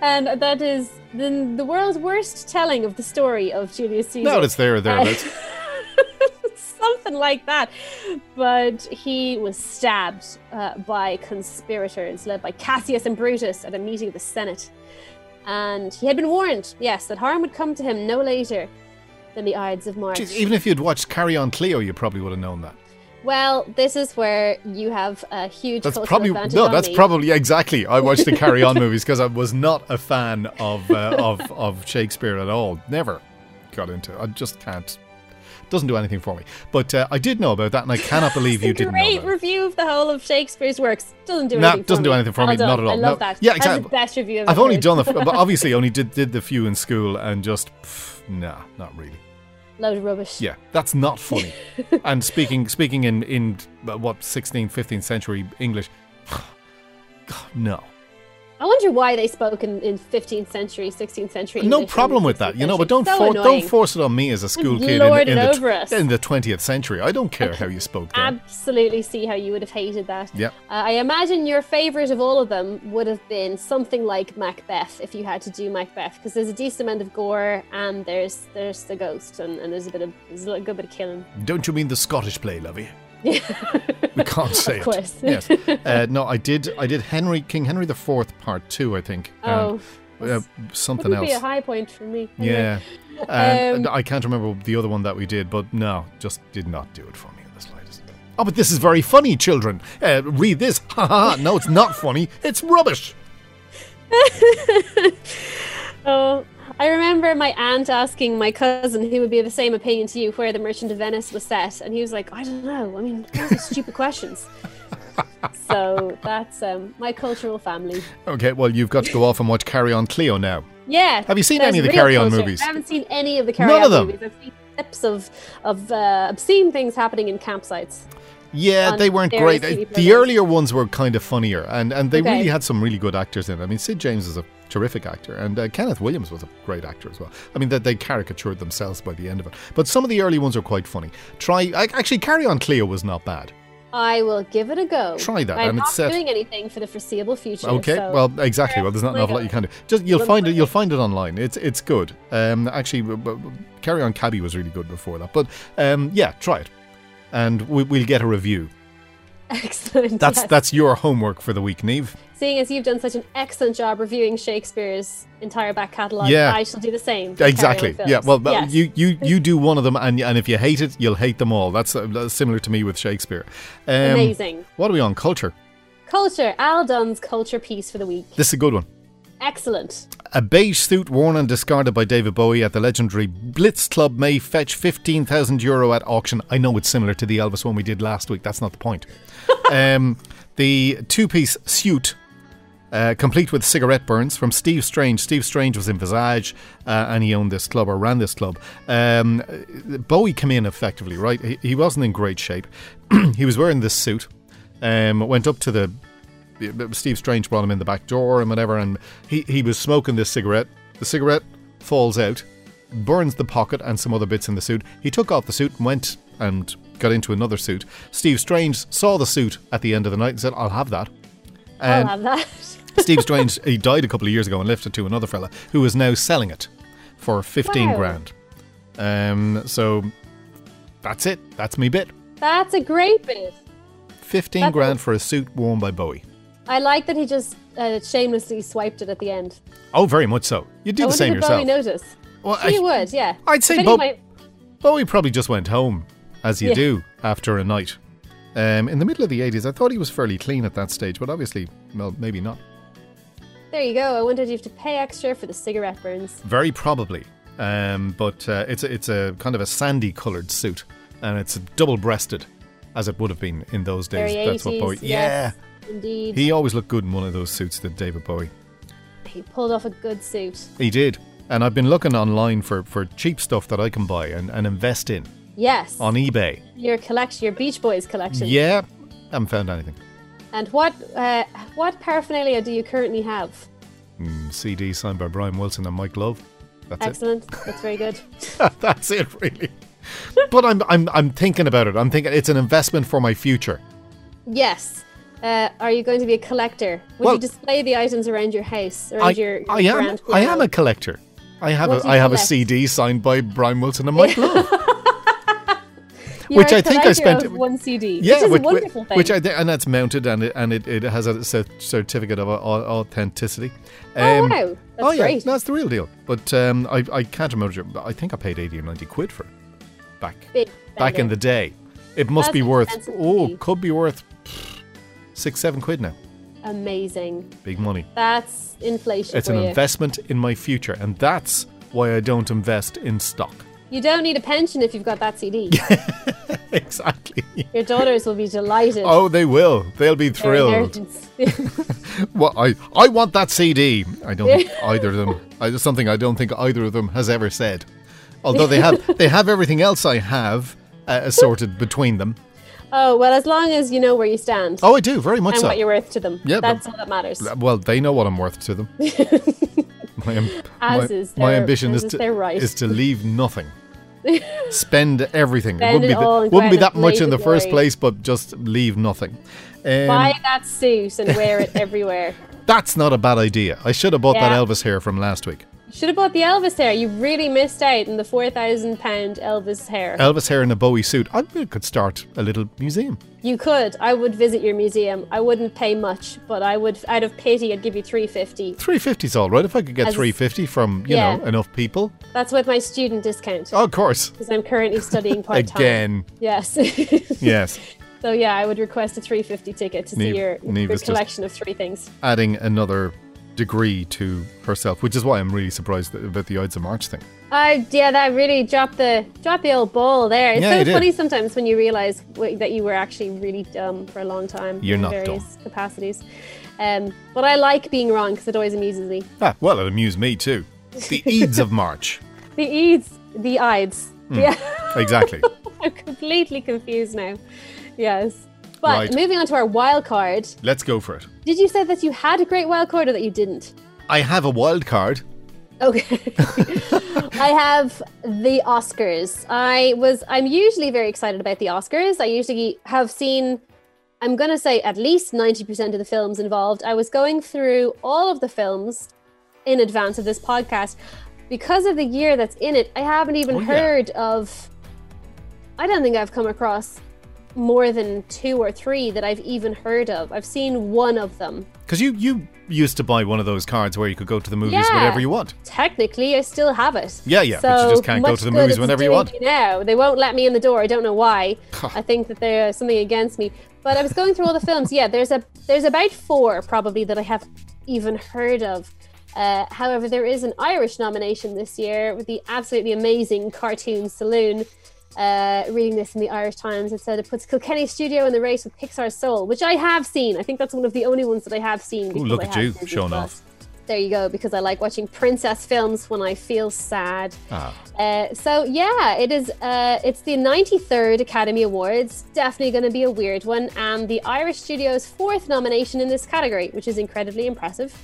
[SPEAKER 4] and that is the, the world's worst telling of the story of Julius Caesar.
[SPEAKER 3] No, it's there or thereabouts.
[SPEAKER 4] Something like that. But he was stabbed uh, by conspirators led by Cassius and Brutus at a meeting of the Senate. And he had been warned, yes, that harm would come to him no later than the Ides of March.
[SPEAKER 3] Jeez, even if you'd watched Carry On Cleo, you probably would have known that.
[SPEAKER 4] well, this is where you have a huge
[SPEAKER 3] That's
[SPEAKER 4] cultural
[SPEAKER 3] probably
[SPEAKER 4] advantage
[SPEAKER 3] no.
[SPEAKER 4] on
[SPEAKER 3] That's
[SPEAKER 4] me.
[SPEAKER 3] probably yeah, exactly. I watched the Carry On movies because I was not a fan of uh, of of Shakespeare at all. Never got into. it. I just can't. Doesn't do anything for me. But uh, I did know about that, and I cannot believe you didn't know.
[SPEAKER 4] Great
[SPEAKER 3] About it.
[SPEAKER 4] review of the whole of Shakespeare's works. Doesn't do
[SPEAKER 3] Nah,
[SPEAKER 4] anything.
[SPEAKER 3] doesn't
[SPEAKER 4] for
[SPEAKER 3] do
[SPEAKER 4] me.
[SPEAKER 3] anything for me,
[SPEAKER 4] Well done.
[SPEAKER 3] not at all.
[SPEAKER 4] I love
[SPEAKER 3] No.
[SPEAKER 4] that.
[SPEAKER 3] Yeah,
[SPEAKER 4] That's
[SPEAKER 3] exactly.
[SPEAKER 4] the best review I've,
[SPEAKER 3] I've
[SPEAKER 4] ever
[SPEAKER 3] only
[SPEAKER 4] heard.
[SPEAKER 3] done the, f- but obviously only did did the few in school, and just pff, nah, not really.
[SPEAKER 4] load of rubbish.
[SPEAKER 3] Yeah, that's not funny. and speaking speaking in in uh, what 16th, 15th century English, God, no.
[SPEAKER 4] I wonder why they spoke in, in 15th century, 16th century.
[SPEAKER 3] no
[SPEAKER 4] English
[SPEAKER 3] problem
[SPEAKER 4] and
[SPEAKER 3] with that,
[SPEAKER 4] 16th
[SPEAKER 3] you know. But don't
[SPEAKER 4] century. so
[SPEAKER 3] for,
[SPEAKER 4] annoying.
[SPEAKER 3] don't force it on me as a school kid
[SPEAKER 4] lord
[SPEAKER 3] in, in,
[SPEAKER 4] it
[SPEAKER 3] the t-
[SPEAKER 4] over us.
[SPEAKER 3] in the twentieth century. I don't care how you spoke there.
[SPEAKER 4] Absolutely see how you would have hated that.
[SPEAKER 3] Yeah.
[SPEAKER 4] Uh, I imagine your favorite of all of them would have been something like Macbeth if you had to do Macbeth because there's a decent amount of gore and there's there's the ghost and, and there's a bit of there's a good bit of killing.
[SPEAKER 3] Don't you mean the Scottish play, lovey?
[SPEAKER 4] Yeah.
[SPEAKER 3] We can't say
[SPEAKER 4] course.
[SPEAKER 3] it. Yes. Uh, no, I did. I did Henry King Henry the Fourth Part Two, I think.
[SPEAKER 4] oh,
[SPEAKER 3] and, uh, something
[SPEAKER 4] wouldn't
[SPEAKER 3] else.
[SPEAKER 4] be a high point for me. Anyway. um,
[SPEAKER 3] yeah. And I can't remember the other one that we did, but no, just did not do it for me in the slightest. Oh, but this is very funny, children. Uh, read this. Ha ha. ha. No, it's not funny. It's rubbish.
[SPEAKER 4] Oh, I remember my aunt asking my cousin, who would be of the same opinion to you, where The Merchant of Venice was set, and he was like, "I don't know. I mean, those are stupid questions." So that's um, my cultural family.
[SPEAKER 3] Okay, well, you've got to go off and watch Carry On Cleo now.
[SPEAKER 4] Yeah.
[SPEAKER 3] Have you seen
[SPEAKER 4] there's
[SPEAKER 3] any of the
[SPEAKER 4] real
[SPEAKER 3] Carry On
[SPEAKER 4] culture.
[SPEAKER 3] movies?
[SPEAKER 4] I haven't seen any of the
[SPEAKER 3] None
[SPEAKER 4] Carry On
[SPEAKER 3] of them.
[SPEAKER 4] movies. I've seen clips of of uh, obscene things happening in campsites.
[SPEAKER 3] Yeah,
[SPEAKER 4] on
[SPEAKER 3] they weren't
[SPEAKER 4] various
[SPEAKER 3] great.
[SPEAKER 4] TV
[SPEAKER 3] Uh, The
[SPEAKER 4] programs.
[SPEAKER 3] earlier ones were kind of funnier, and, and they
[SPEAKER 4] Okay.
[SPEAKER 3] really had some really good actors in it. I mean, Sid James is a terrific actor, and uh, Kenneth Williams was a great actor as well. I mean, that they caricatured themselves by the end of it. But some of the early ones are quite funny. Try ac- actually, Carry On Cleo was not bad.
[SPEAKER 4] I will give it a go.
[SPEAKER 3] Try that,
[SPEAKER 4] I'm
[SPEAKER 3] and it's
[SPEAKER 4] not
[SPEAKER 3] set-
[SPEAKER 4] doing anything for the foreseeable future.
[SPEAKER 3] Okay,
[SPEAKER 4] so-
[SPEAKER 3] well, exactly. Well, there's not an
[SPEAKER 4] Where
[SPEAKER 3] awful lot
[SPEAKER 4] go?
[SPEAKER 3] you can do. Just you'll
[SPEAKER 4] Look
[SPEAKER 3] find it.
[SPEAKER 4] for
[SPEAKER 3] You'll
[SPEAKER 4] it.
[SPEAKER 3] find it online. It's it's good. Um, actually, w- w- w- Carry On Cabby was really good before that. But um, yeah, try it, and we, we'll get a review.
[SPEAKER 4] excellent.
[SPEAKER 3] That's
[SPEAKER 4] yes.
[SPEAKER 3] that's your homework for the week, Neve.
[SPEAKER 4] Seeing as you've done such an excellent job reviewing Shakespeare's entire back catalogue,
[SPEAKER 3] Yeah.
[SPEAKER 4] I shall do the same. for
[SPEAKER 3] Exactly.
[SPEAKER 4] Carry On
[SPEAKER 3] Yeah.
[SPEAKER 4] Films.
[SPEAKER 3] Well, but
[SPEAKER 4] Yes.
[SPEAKER 3] you you you do one of them, and and if you hate it, you'll hate them all. That's, uh, that's similar to me with Shakespeare. Um,
[SPEAKER 4] Amazing.
[SPEAKER 3] What are we on? Culture.
[SPEAKER 4] Culture. Al Dunn's culture piece for the week.
[SPEAKER 3] This is a good one.
[SPEAKER 4] Excellent.
[SPEAKER 3] A beige suit worn and discarded by David Bowie at the legendary Blitz Club may fetch 15,000 euro at auction. I know it's similar to the Elvis one we did last week. That's not the point. um, the two piece suit. Uh, complete with cigarette burns from Steve Strange. Steve Strange was in Visage uh, and he owned this club or ran this club. Um, Bowie came in effectively, right? He, he wasn't in great shape. he was wearing this suit, um, went up to the Steve Strange brought him in the back door and whatever, and he, he was smoking this cigarette. The cigarette falls out, burns the pocket and some other bits in the suit. He took off the suit and went and got into another suit. Steve Strange saw the suit at the end of the night and said, I'll have that.
[SPEAKER 4] I'll have that.
[SPEAKER 3] Steve Strange, he died a couple of years ago and left it to another fella who is now selling it for 15
[SPEAKER 4] Wow.
[SPEAKER 3] grand. Um, so that's it. That's me bit.
[SPEAKER 4] That's a great bit.
[SPEAKER 3] 15
[SPEAKER 4] That's-
[SPEAKER 3] grand for a suit worn by Bowie.
[SPEAKER 4] I like that he just uh, shamelessly swiped it at the end.
[SPEAKER 3] Oh, very much so. You do
[SPEAKER 4] I
[SPEAKER 3] the
[SPEAKER 4] wonder
[SPEAKER 3] same
[SPEAKER 4] did Bowie
[SPEAKER 3] yourself.
[SPEAKER 4] notice.
[SPEAKER 3] Well,
[SPEAKER 4] He
[SPEAKER 3] I-
[SPEAKER 4] would, yeah.
[SPEAKER 3] I'd say
[SPEAKER 4] If
[SPEAKER 3] Bob-
[SPEAKER 4] anyone-
[SPEAKER 3] Bowie probably just went home, as you
[SPEAKER 4] Yeah.
[SPEAKER 3] do after a night. Um, in the middle of the 80s, I thought he was fairly clean at that stage, but obviously, well, maybe not.
[SPEAKER 4] There you go. I wondered if you have to pay extra for the cigarette burns.
[SPEAKER 3] Very probably. Um, but uh, it's, a, it's a kind of a sandy coloured suit, and it's double breasted, as it would have been in those days.
[SPEAKER 4] Very 80s.
[SPEAKER 3] That's what Bowie.
[SPEAKER 4] yes, Indeed.
[SPEAKER 3] Yeah. He always looked good in one of those suits, did David Bowie.
[SPEAKER 4] He pulled off a good suit.
[SPEAKER 3] He did. And I've been looking online for, for cheap stuff that I can buy and, and invest in
[SPEAKER 4] Yes.
[SPEAKER 3] on eBay.
[SPEAKER 4] your collection, your Beach Boys collection.
[SPEAKER 3] Yeah, haven't found anything.
[SPEAKER 4] And what uh, what paraphernalia do you currently have?
[SPEAKER 3] Mm, CD signed by Brian Wilson and Mike Love. That's it.
[SPEAKER 4] Excellent. That's very good.
[SPEAKER 3] That's it, really. but I'm, I'm I'm thinking about it. I'm thinking it's an investment for my future.
[SPEAKER 4] yes. Uh, are you going to be a collector? Would
[SPEAKER 3] Well-
[SPEAKER 4] you display the items around your house, around
[SPEAKER 3] I,
[SPEAKER 4] your, your
[SPEAKER 3] I am
[SPEAKER 4] grand
[SPEAKER 3] I am a
[SPEAKER 4] piano?
[SPEAKER 3] collector. I have
[SPEAKER 4] What
[SPEAKER 3] a
[SPEAKER 4] do you
[SPEAKER 3] I have a
[SPEAKER 4] collect?
[SPEAKER 3] CD signed by Brian Wilson and Mike Love.
[SPEAKER 4] You're
[SPEAKER 3] which
[SPEAKER 4] a
[SPEAKER 3] I think I
[SPEAKER 4] collector
[SPEAKER 3] spent-
[SPEAKER 4] of one CD.
[SPEAKER 3] Yeah,
[SPEAKER 4] which is
[SPEAKER 3] which,
[SPEAKER 4] a wonderful
[SPEAKER 3] which,
[SPEAKER 4] thing.
[SPEAKER 3] which I thi- and that's mounted and it, and it, it has a cer- certificate of au- au- authenticity.
[SPEAKER 4] Oh,
[SPEAKER 3] Um,
[SPEAKER 4] wow. That's
[SPEAKER 3] oh yeah,
[SPEAKER 4] great.
[SPEAKER 3] no, it's the real deal. But um, I I can't remember. but I think I paid eighty or ninety quid for it back
[SPEAKER 4] Big
[SPEAKER 3] back in
[SPEAKER 4] spender.
[SPEAKER 3] the day. It must
[SPEAKER 4] That's
[SPEAKER 3] be worth
[SPEAKER 4] expensive
[SPEAKER 3] oh
[SPEAKER 4] CD.
[SPEAKER 3] could be worth pff, six seven quid now.
[SPEAKER 4] amazing.
[SPEAKER 3] Big money.
[SPEAKER 4] That's inflation
[SPEAKER 3] It's
[SPEAKER 4] for
[SPEAKER 3] an
[SPEAKER 4] you.
[SPEAKER 3] investment in my future, and that's why I don't invest in stock.
[SPEAKER 4] You don't need a pension if you've got that CD.
[SPEAKER 3] exactly.
[SPEAKER 4] Your daughters will be delighted.
[SPEAKER 3] Oh, they will. They'll be
[SPEAKER 4] Their
[SPEAKER 3] thrilled.
[SPEAKER 4] inheritance.
[SPEAKER 3] What I I want that CD. I don't think either of them. I, it's something I don't think either of them has ever said. Although they have they have everything else I have uh, assorted between them.
[SPEAKER 4] oh, well, as long as you know where you stand
[SPEAKER 3] Oh, I do very much
[SPEAKER 4] and
[SPEAKER 3] so.
[SPEAKER 4] what you're worth to them.
[SPEAKER 3] Yeah, but-
[SPEAKER 4] That's all that matters.
[SPEAKER 3] Well, they know what I'm worth to them. my, am-
[SPEAKER 4] As
[SPEAKER 3] my-
[SPEAKER 4] is
[SPEAKER 3] my
[SPEAKER 4] their-
[SPEAKER 3] ambition
[SPEAKER 4] as
[SPEAKER 3] is
[SPEAKER 4] is
[SPEAKER 3] to
[SPEAKER 4] their right.
[SPEAKER 3] is to leave nothing. Spend everything.
[SPEAKER 4] Spend
[SPEAKER 3] it wouldn't
[SPEAKER 4] it
[SPEAKER 3] be,
[SPEAKER 4] all
[SPEAKER 3] that
[SPEAKER 4] and
[SPEAKER 3] wouldn't be
[SPEAKER 4] grant
[SPEAKER 3] that
[SPEAKER 4] it
[SPEAKER 3] much in the
[SPEAKER 4] blatant
[SPEAKER 3] first
[SPEAKER 4] glory.
[SPEAKER 3] place, but just leave nothing. Um,
[SPEAKER 4] Buy that suit and wear it everywhere.
[SPEAKER 3] That's not a bad idea. I should have bought
[SPEAKER 4] Yeah.
[SPEAKER 3] that Elvis hair from last week.
[SPEAKER 4] You Should have bought the Elvis hair. You really missed out on the four thousand pound Elvis hair.
[SPEAKER 3] Elvis hair in a Bowie suit. I could start a little museum.
[SPEAKER 4] you could. I would visit your museum. I wouldn't pay much, but I would. Out of pity, I'd give you three fifty.
[SPEAKER 3] 350's all right. If I could get
[SPEAKER 4] As-
[SPEAKER 3] 350 from, you
[SPEAKER 4] Yeah.
[SPEAKER 3] know, enough people.
[SPEAKER 4] That's with my student discount
[SPEAKER 3] Oh, of course.
[SPEAKER 4] because I'm currently studying part time.
[SPEAKER 3] Again.
[SPEAKER 4] Yes.
[SPEAKER 3] Yes.
[SPEAKER 4] so yeah, I would request a three fifty ticket to
[SPEAKER 3] Niamh-
[SPEAKER 4] see your,
[SPEAKER 3] Niamh
[SPEAKER 4] your
[SPEAKER 3] is just-
[SPEAKER 4] collection of three things.
[SPEAKER 3] Adding another degree to herself, which is why I'm really surprised that, about the Ides of March thing.
[SPEAKER 4] I Oh, yeah, that really dropped the dropped the old ball there. It's
[SPEAKER 3] Yeah, you
[SPEAKER 4] so
[SPEAKER 3] did.
[SPEAKER 4] funny sometimes when you realize w- that you were actually really dumb for a long time.
[SPEAKER 3] You're
[SPEAKER 4] in
[SPEAKER 3] not
[SPEAKER 4] various capacities. Um, but I like being wrong because it always amuses me.
[SPEAKER 3] Ah, well, it amused me too. The Ides of March.
[SPEAKER 4] The Eids, the Ides.
[SPEAKER 3] Hmm.
[SPEAKER 4] Yeah,
[SPEAKER 3] Exactly.
[SPEAKER 4] I'm completely confused now. Yes, but
[SPEAKER 3] Right.
[SPEAKER 4] moving on to our wild card.
[SPEAKER 3] Let's go for it.
[SPEAKER 4] Did you say that you had a great wild card or that you didn't?
[SPEAKER 3] I have a wild card.
[SPEAKER 4] Okay. I have the Oscars. I was I'm usually very excited about the Oscars. I usually have seen I'm going to say at least 90% of the films involved. I was going through all of the films in advance of this podcast because of the year that's in it. I haven't even
[SPEAKER 3] Oh, yeah.
[SPEAKER 4] heard of I don't think I've come across more than two or three that I've even heard of. I've seen one of them.
[SPEAKER 3] Because you, you used to buy one of those cards where you could go to the movies
[SPEAKER 4] Yeah.
[SPEAKER 3] whenever you want.
[SPEAKER 4] technically I still have it.
[SPEAKER 3] Yeah, yeah,
[SPEAKER 4] So
[SPEAKER 3] but you just can't go
[SPEAKER 4] much
[SPEAKER 3] to the
[SPEAKER 4] good
[SPEAKER 3] movies
[SPEAKER 4] it's
[SPEAKER 3] whenever you
[SPEAKER 4] doing
[SPEAKER 3] want.
[SPEAKER 4] me Now they won't let me in the door. I don't know why. I think that there's something against me. But I was going through all the films. Yeah, there's a there's about four probably that I have even heard of. Uh, however, there is an Irish nomination this year with the absolutely amazing cartoon Saloon. Uh, reading this in the Irish Times, it said it puts Kilkenny Studio in the race with Pixar's Soul, which I have seen. I think that's one of the only ones that I have seen.
[SPEAKER 3] Ooh, look
[SPEAKER 4] because I
[SPEAKER 3] at
[SPEAKER 4] have
[SPEAKER 3] you,
[SPEAKER 4] Disney
[SPEAKER 3] showing
[SPEAKER 4] Plus.
[SPEAKER 3] off.
[SPEAKER 4] There you go, because I like watching princess films when I feel sad.
[SPEAKER 3] Ah,
[SPEAKER 4] Uh, so yeah, it is. Uh, it's the 93rd Academy Awards. Definitely going to be a weird one, and the Irish studio's fourth nomination in this category, which is incredibly impressive.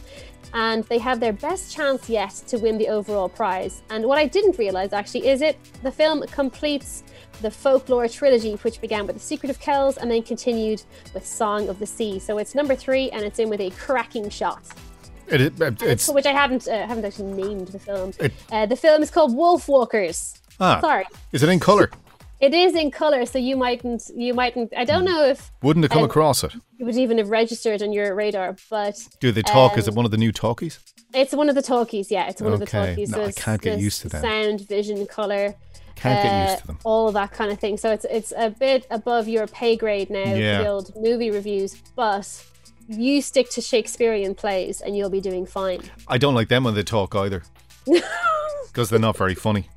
[SPEAKER 4] And they have their best chance yet to win the overall prize. And what I didn't realize actually is it the film completes the folklore trilogy, which began with The Secret of Kells and then continued with Song of the Sea. So it's number three, and it's in with a cracking shot
[SPEAKER 3] it, it, it's
[SPEAKER 4] which I haven't uh, haven't actually named the film.
[SPEAKER 3] It-
[SPEAKER 4] Uh, the film is called Wolf Walkers.
[SPEAKER 3] ah,
[SPEAKER 4] Sorry,
[SPEAKER 3] is it in color?
[SPEAKER 4] it is in color, so you mightn't you mightn't. I don't know if
[SPEAKER 3] Hmm. Wouldn't have come
[SPEAKER 4] Um,
[SPEAKER 3] across it.
[SPEAKER 4] it would even have registered on your radar, but um,
[SPEAKER 3] Do they talk? is it one of the new talkies?
[SPEAKER 4] it's one of the talkies. Yeah, it's one of the
[SPEAKER 3] Okay.
[SPEAKER 4] talkies.
[SPEAKER 3] No, I
[SPEAKER 4] there's-
[SPEAKER 3] can't get
[SPEAKER 4] there's
[SPEAKER 3] used to them.
[SPEAKER 4] Sound, vision, color. uh,
[SPEAKER 3] Can't get used to them.
[SPEAKER 4] All of that kind of thing. So it's it's a bit above your pay grade now.
[SPEAKER 3] Yeah.
[SPEAKER 4] The old movie reviews, but you stick to Shakespearean plays and you'll be doing fine.
[SPEAKER 3] I don't like them when they talk either, because they're not very funny.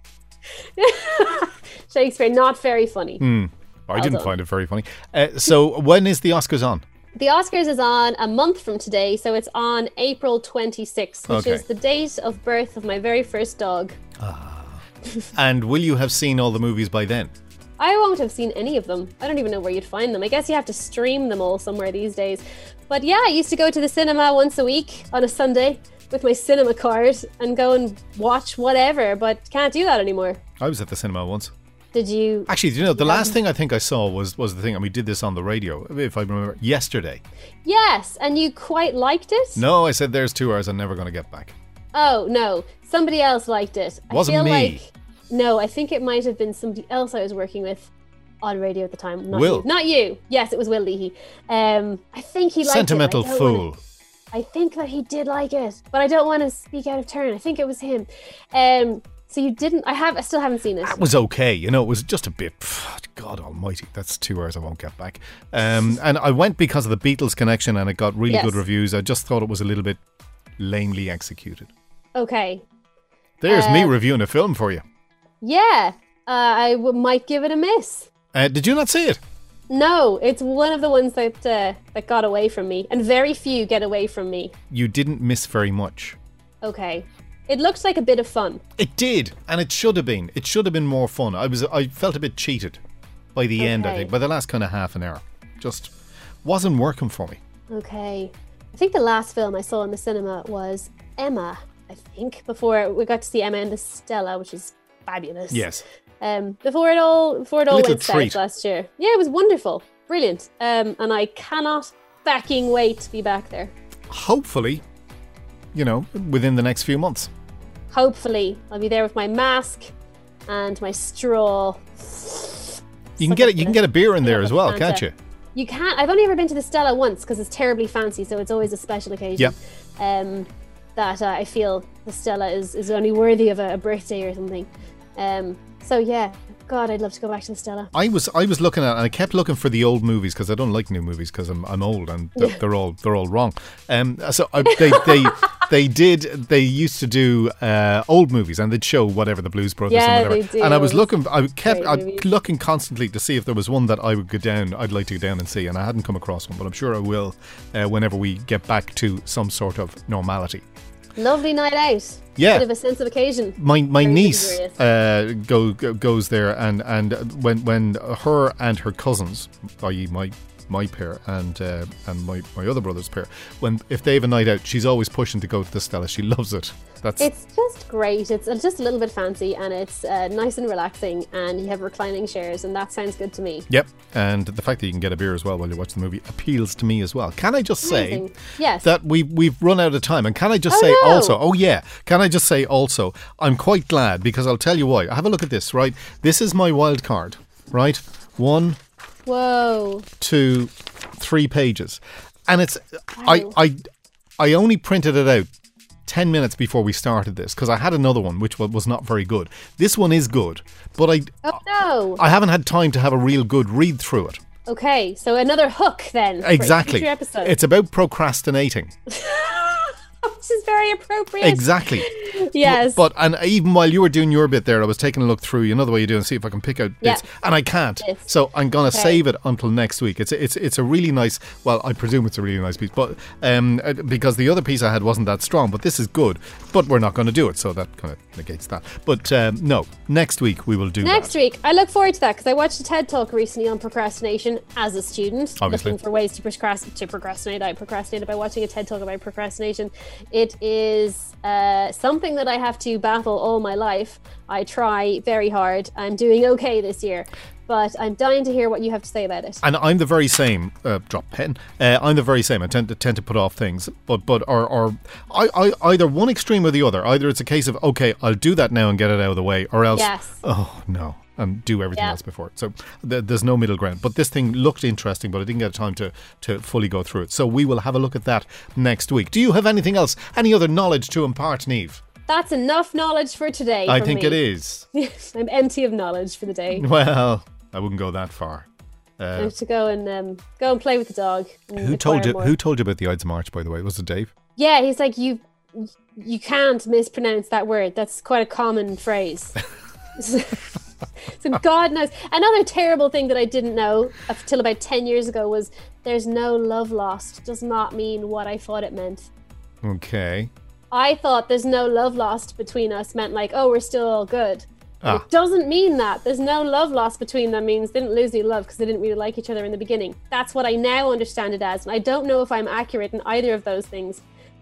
[SPEAKER 4] Shakespeare, not very funny.
[SPEAKER 3] I didn't
[SPEAKER 4] done.
[SPEAKER 3] find it very funny. Uh, so when is the Oscars on?
[SPEAKER 4] The Oscars is on a month from today, so it's on April 26th, which
[SPEAKER 3] Okay.
[SPEAKER 4] is the date of birth of my very first dog.
[SPEAKER 3] And will you have seen all the movies by then?
[SPEAKER 4] I won't have seen any of them. I don't even know where you'd find them. I guess you have to stream them all somewhere these days. But yeah, I used to go to the cinema once a week on a Sunday with my cinema card and go and watch whatever, but can't do that anymore.
[SPEAKER 3] I was at the cinema once.
[SPEAKER 4] Did you?
[SPEAKER 3] Actually, you know, the last thing I think I saw was was the thing, and we did this on the radio, if I remember, yesterday.
[SPEAKER 4] Yes, and you quite liked it?
[SPEAKER 3] No, I said there's two hours I'm never going to get back.
[SPEAKER 4] Oh no, somebody else liked it.
[SPEAKER 3] Wasn't
[SPEAKER 4] I feel
[SPEAKER 3] me.
[SPEAKER 4] like no, I think it might have been somebody else I was working with on radio at the time. Not
[SPEAKER 3] Will.
[SPEAKER 4] you. not you. Yes, it was Will Leahy. Um, I think he liked
[SPEAKER 3] Sentimental
[SPEAKER 4] it. I don't
[SPEAKER 3] fool.
[SPEAKER 4] wanna- I think that he did like it, but I don't want to speak out of turn. I think it was him. Um, so you didn't? I have. I still haven't seen it.
[SPEAKER 3] That was okay, you know. It was just a bit. pff, God Almighty, that's two hours I won't get back. Um, and I went because of the Beatles connection, and it got really
[SPEAKER 4] Yes.
[SPEAKER 3] good reviews. I just thought it was a little bit lamely executed.
[SPEAKER 4] Okay.
[SPEAKER 3] There's me
[SPEAKER 4] Uh,
[SPEAKER 3] reviewing a film for you.
[SPEAKER 4] Yeah, uh, I w- might give it a miss.
[SPEAKER 3] Uh, did you not see it?
[SPEAKER 4] No, it's one of the ones that uh, that got away from me, and very few get away from me.
[SPEAKER 3] You didn't miss very much.
[SPEAKER 4] Okay. It looks like a bit of fun.
[SPEAKER 3] It did, and it should have been. It should have been more fun. I was. I felt a bit cheated by the end. I
[SPEAKER 4] Okay.
[SPEAKER 3] think by the last kind of half an hour, just wasn't working for me.
[SPEAKER 4] Okay. I think the last film I saw in the cinema was Emma, I think, before we got to see Emma and the Stella, which is fabulous. Um, before it all before it all
[SPEAKER 3] Little
[SPEAKER 4] went
[SPEAKER 3] treat.
[SPEAKER 4] south last year. Yeah, it was wonderful. Brilliant. Um, and I cannot fucking wait to be back there.
[SPEAKER 3] Hopefully, you know, within the next few months.
[SPEAKER 4] Hopefully I'll be there with my mask and my straw.
[SPEAKER 3] You can get it. You can get a beer in there as well,
[SPEAKER 4] Fanta.
[SPEAKER 3] can't you?
[SPEAKER 4] You can't. I've only ever been to the Stella once because it's terribly fancy, so it's always a special occasion. Yep. Um, that uh, I feel the Stella is, is only worthy of a, a birthday or something. Um, so yeah, God, I'd love to go back to the Stella.
[SPEAKER 3] I was I was looking at and I kept looking for the old movies because I don't like new movies because I'm, I'm old and th- they're all they're all wrong. Um, so I, they they they did they used to do uh, old movies and they'd show whatever the Blues Brothers
[SPEAKER 4] Yeah,
[SPEAKER 3] and whatever.
[SPEAKER 4] they do.
[SPEAKER 3] And I was looking I kept
[SPEAKER 4] Great
[SPEAKER 3] I,
[SPEAKER 4] movies.
[SPEAKER 3] looking constantly to see if there was one that I would go down I'd like to go down and see and I hadn't come across one but I'm sure I will uh, whenever we get back to some sort of normality.
[SPEAKER 4] Lovely night out.
[SPEAKER 3] Yeah.
[SPEAKER 4] Bit of a sense of occasion.
[SPEAKER 3] my my
[SPEAKER 4] Very
[SPEAKER 3] niece
[SPEAKER 4] luxurious.
[SPEAKER 3] uh, go, go goes there and and when when her and her cousins, i.e. my my pair and uh, and my, my other brother's pair, when if they have a night out, she's always pushing to go to the Stella. She loves it. That's
[SPEAKER 4] It's just great. It's uh, just a little bit fancy and it's uh, nice and relaxing, and you have reclining chairs, and that sounds good to me.
[SPEAKER 3] yep. And the fact that you can get a beer as well while you watch the movie appeals to me as well. Can I just say?
[SPEAKER 4] Amazing. Yes.
[SPEAKER 3] that we we've run out of time. And can I just
[SPEAKER 4] Oh,
[SPEAKER 3] say
[SPEAKER 4] no.
[SPEAKER 3] also? Oh yeah, can I just say also? I'm quite glad because I'll tell you why. Have a look at this. Right, this is my wild card. Right, one,
[SPEAKER 4] Whoa.
[SPEAKER 3] two, three pages, and it's I
[SPEAKER 4] Wow.
[SPEAKER 3] I I only printed it out. 10 minutes before we started this because I had another one which wa- was not very good. This one is good, but I
[SPEAKER 4] Oh no.
[SPEAKER 3] I haven't had time to have a real good read through it.
[SPEAKER 4] Okay, so another hook then. for a
[SPEAKER 3] Exactly.
[SPEAKER 4] future episode.
[SPEAKER 3] It's about procrastinating.
[SPEAKER 4] which is very appropriate.
[SPEAKER 3] Exactly.
[SPEAKER 4] Yes.
[SPEAKER 3] But and even while you were doing your bit there, I was taking a look through. You know the way you do, and see if I can pick out
[SPEAKER 4] Yeah.
[SPEAKER 3] bits, and I can't.
[SPEAKER 4] Yes.
[SPEAKER 3] So I'm gonna
[SPEAKER 4] Okay.
[SPEAKER 3] save it until next week. It's it's it's a really nice. Well, I presume it's a really nice piece, but um, uh, because the other piece I had wasn't that strong, but this is good. But we're not gonna do it, so that kind of negates that. But um, no, next week we will do
[SPEAKER 4] Next
[SPEAKER 3] that.
[SPEAKER 4] week, I look forward to that because I watched a TED talk recently on procrastination as a student,
[SPEAKER 3] Obviously.
[SPEAKER 4] looking for ways to, procrast- to procrastinate. I procrastinated by watching a TED talk about procrastination. It is uh, something that I have to battle all my life. I try very hard. I'm doing okay this year, but I'm dying to hear what you have to say about it.
[SPEAKER 3] And I'm the very same. Uh, drop pen. Uh, I'm the very same. I tend to tend to put off things, but but or or I, I either one extreme or the other. Either it's a case of okay, I'll do that now and get it out of the way, or else
[SPEAKER 4] Yes.
[SPEAKER 3] oh no, and do everything
[SPEAKER 4] Yeah.
[SPEAKER 3] else before it. So th- there's no middle ground. But this thing looked interesting, but I didn't get time to to fully go through it. So we will have a look at that next week. Do you have anything else? Any other knowledge to impart, Neve?
[SPEAKER 4] That's enough knowledge for today.
[SPEAKER 3] I
[SPEAKER 4] from
[SPEAKER 3] think
[SPEAKER 4] me.
[SPEAKER 3] it is.
[SPEAKER 4] is. I'm empty of knowledge for the day.
[SPEAKER 3] Well, I wouldn't go that far. Uh,
[SPEAKER 4] I have to go and um, go and play with the dog. and
[SPEAKER 3] Who told
[SPEAKER 4] acquire
[SPEAKER 3] you?
[SPEAKER 4] more.
[SPEAKER 3] Who told you about the Ides of March? By the way, was it Dave?
[SPEAKER 4] Yeah, he's like you. You can't mispronounce that word. That's quite a common phrase. so God knows. Another terrible thing that I didn't know up till about ten years ago was there's no love lost does not mean what I thought it meant.
[SPEAKER 3] Okay.
[SPEAKER 4] I thought there's no love lost between us meant like oh we're still all good. But
[SPEAKER 3] Ah.
[SPEAKER 4] It doesn't mean that. There's no love lost between them means they didn't lose any love because they didn't really like each other in the beginning. That's what I now understand it as. And I don't know if I'm accurate in either of those things,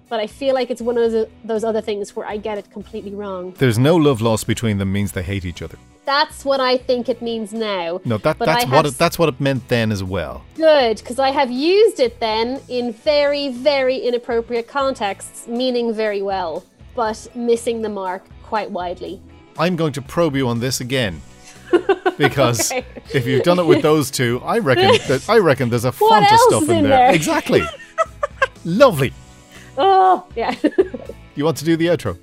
[SPEAKER 4] but I feel like it's one of those, those other things where I get it completely wrong.
[SPEAKER 3] There's no love lost between them means they hate each other.
[SPEAKER 4] That's what I think it means now.
[SPEAKER 3] No, that
[SPEAKER 4] but
[SPEAKER 3] that's
[SPEAKER 4] I
[SPEAKER 3] what
[SPEAKER 4] have
[SPEAKER 3] it, that's what it meant then as well.
[SPEAKER 4] good because I have used it then in very, very inappropriate contexts, meaning very well, but missing the mark quite widely.
[SPEAKER 3] I'm going to probe you on this again. Because
[SPEAKER 4] Okay.
[SPEAKER 3] if you've done it with those two, I reckon that I reckon there's a
[SPEAKER 4] What
[SPEAKER 3] font of
[SPEAKER 4] else
[SPEAKER 3] stuff
[SPEAKER 4] is
[SPEAKER 3] in,
[SPEAKER 4] in
[SPEAKER 3] there.
[SPEAKER 4] there?
[SPEAKER 3] Exactly. Lovely.
[SPEAKER 4] Oh, yeah.
[SPEAKER 3] You want to do the outro?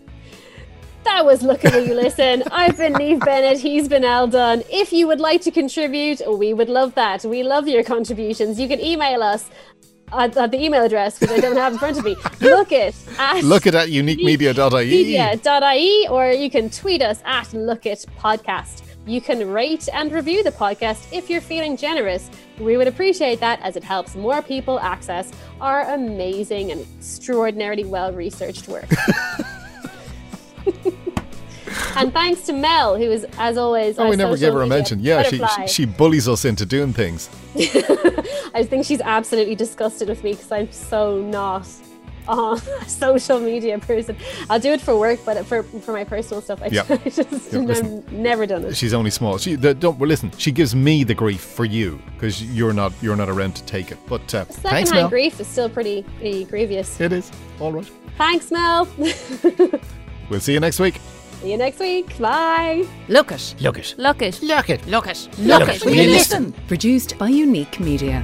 [SPEAKER 4] That was Luckily You Listen. I've been Neve Bennett. He's been Al Dunn. If you would like to contribute, we would love that. We love your contributions. You can email us at, at the email address, which I don't have in front of me. Look it at
[SPEAKER 3] Look it at uniquemedia.ie.
[SPEAKER 4] media.ie E, or you can tweet us at Lookit Podcast. You can rate and review the podcast if you're feeling generous. We would appreciate that as it helps more people access our amazing and extraordinarily well researched work. and thanks to Mel, who is, as always,
[SPEAKER 3] Oh,
[SPEAKER 4] our
[SPEAKER 3] we never
[SPEAKER 4] social
[SPEAKER 3] gave her a
[SPEAKER 4] media
[SPEAKER 3] mention. Yeah, she,
[SPEAKER 4] butterfly.
[SPEAKER 3] she she bullies us into doing things.
[SPEAKER 4] I think she's absolutely disgusted with me because I'm so not a social media person. I'll do it for work, but for for my personal stuff, I
[SPEAKER 3] Yeah.
[SPEAKER 4] just, I just
[SPEAKER 3] Yeah,
[SPEAKER 4] I've
[SPEAKER 3] listen.
[SPEAKER 4] never done it.
[SPEAKER 3] She's only small. She the, don't well, listen. She gives me the grief for you because you're not you're not around to take it. But uh, thanks, Mel.
[SPEAKER 4] Secondhand grief is still pretty, pretty grievous.
[SPEAKER 3] It is all right.
[SPEAKER 4] Thanks, Mel. See
[SPEAKER 3] We'll see you next week.
[SPEAKER 4] you next week. Bye.
[SPEAKER 1] Look it.
[SPEAKER 2] Look it.
[SPEAKER 1] Look it.
[SPEAKER 2] Look it.
[SPEAKER 1] Look it.
[SPEAKER 2] Look it. Will you listen?
[SPEAKER 1] Produced by Unique Media.